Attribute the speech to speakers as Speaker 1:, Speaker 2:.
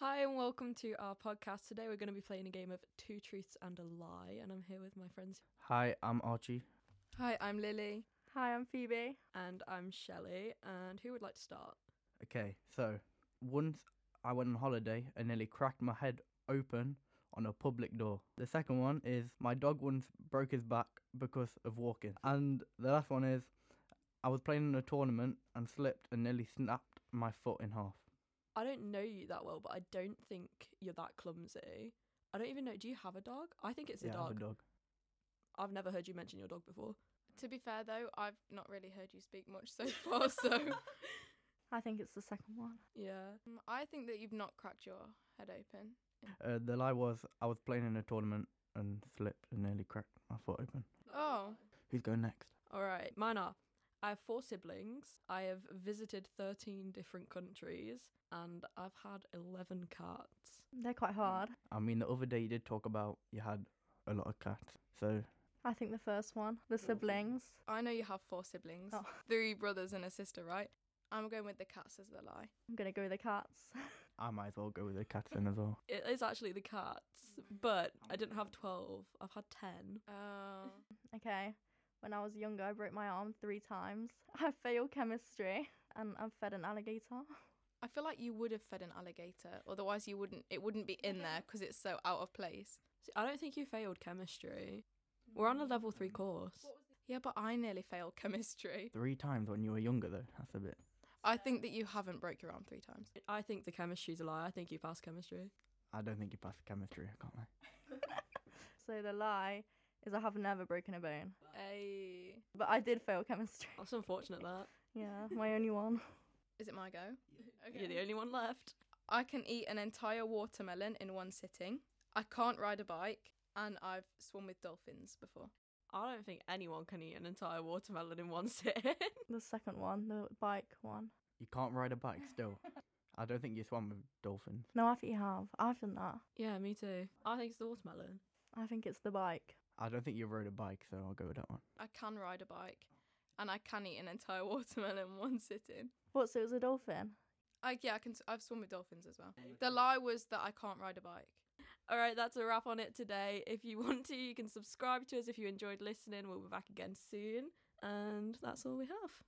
Speaker 1: and welcome to our podcast. Today we're going to be playing a game of Two Truths and a Lie, and I'm here with my friends.
Speaker 2: Hi, I'm Archie.
Speaker 1: Hi, I'm Lily.
Speaker 3: Hi, I'm Phoebe.
Speaker 1: And I'm Shelley. And who would like to start?
Speaker 2: Okay, so once I went on holiday and nearly cracked my head open on a public door. The second one is my dog once broke his back because of walking. And the last one is I was playing in a tournament and slipped and nearly snapped my foot in half.
Speaker 1: I don't know you that well, but I don't think you're that clumsy. I don't even know. Do you have a dog? I think it's a
Speaker 2: yeah, I
Speaker 1: dog.
Speaker 2: have a dog.
Speaker 1: I've never heard you mention your dog before.
Speaker 4: To be fair, though, I've not really heard you speak much so far, so
Speaker 3: I think it's the second one.
Speaker 1: Yeah.
Speaker 4: um, I think that you've not cracked your head open.
Speaker 2: Uh, the lie was I was playing in a tournament and slipped and nearly cracked my foot open.
Speaker 4: Oh,
Speaker 2: Who's going next?
Speaker 1: All right. Mine are I have four siblings. I have visited 13 different countries. And I've had 11 cats.
Speaker 3: They're quite hard.
Speaker 2: I mean, the other day you did talk about you had a lot of cats. So
Speaker 3: I think the first one, the siblings.
Speaker 4: I know you have four siblings
Speaker 3: Oh.
Speaker 4: three brothers and a sister, right? I'm going with the cats as the lie.
Speaker 3: I'm gonna go with the cats.
Speaker 2: I might as well go with the cats then as well.
Speaker 1: It is actually the cats, but I didn't have 12. I've had 10.
Speaker 4: Oh,
Speaker 3: okay. When I was younger, I broke my arm three times. I failed chemistry, and I've fed an alligator.
Speaker 4: I feel like you would have fed an alligator, otherwise you wouldn't. It wouldn't be in there because it's so out of place.
Speaker 1: See, I don't think you failed chemistry. We're on a level three course.
Speaker 4: Yeah, but I nearly failed chemistry.
Speaker 2: Three times when you were younger, though. That's a bit.
Speaker 4: I think that you haven't broke your arm three times.
Speaker 1: I think the chemistry's a lie. I think you passed chemistry.
Speaker 2: I don't think you passed chemistry. I can't lie.
Speaker 3: So the lie is I have never broken a bone,
Speaker 4: Hey,
Speaker 3: but I did fail chemistry.
Speaker 1: That's unfortunate that.
Speaker 3: Yeah, my only one.
Speaker 4: is it my go?
Speaker 1: You're the only one left.
Speaker 4: I can eat an entire watermelon in one sitting. I can't ride a bike, and I've swum with dolphins before.
Speaker 1: I don't think anyone can eat an entire watermelon in one sitting.
Speaker 3: The second one, the bike one.
Speaker 2: You can't ride a bike still. I don't think you swam with dolphins.
Speaker 3: No, I think you have. I've done that.
Speaker 1: yeah, me too. I think it's the watermelon.
Speaker 3: I think it's the bike.
Speaker 2: I don't think you rode a bike, so I'll go with that one.
Speaker 4: I can ride a bike, and I can eat an entire watermelon in one sitting.
Speaker 3: What? So it was a dolphin.
Speaker 4: I yeah, I can. s- I've swum with dolphins as well. The lie was that I can't ride a bike.
Speaker 1: All right, that's a wrap on it today. If you want to, you can subscribe to us if you enjoyed listening. We'll be back again soon. And that's all we have.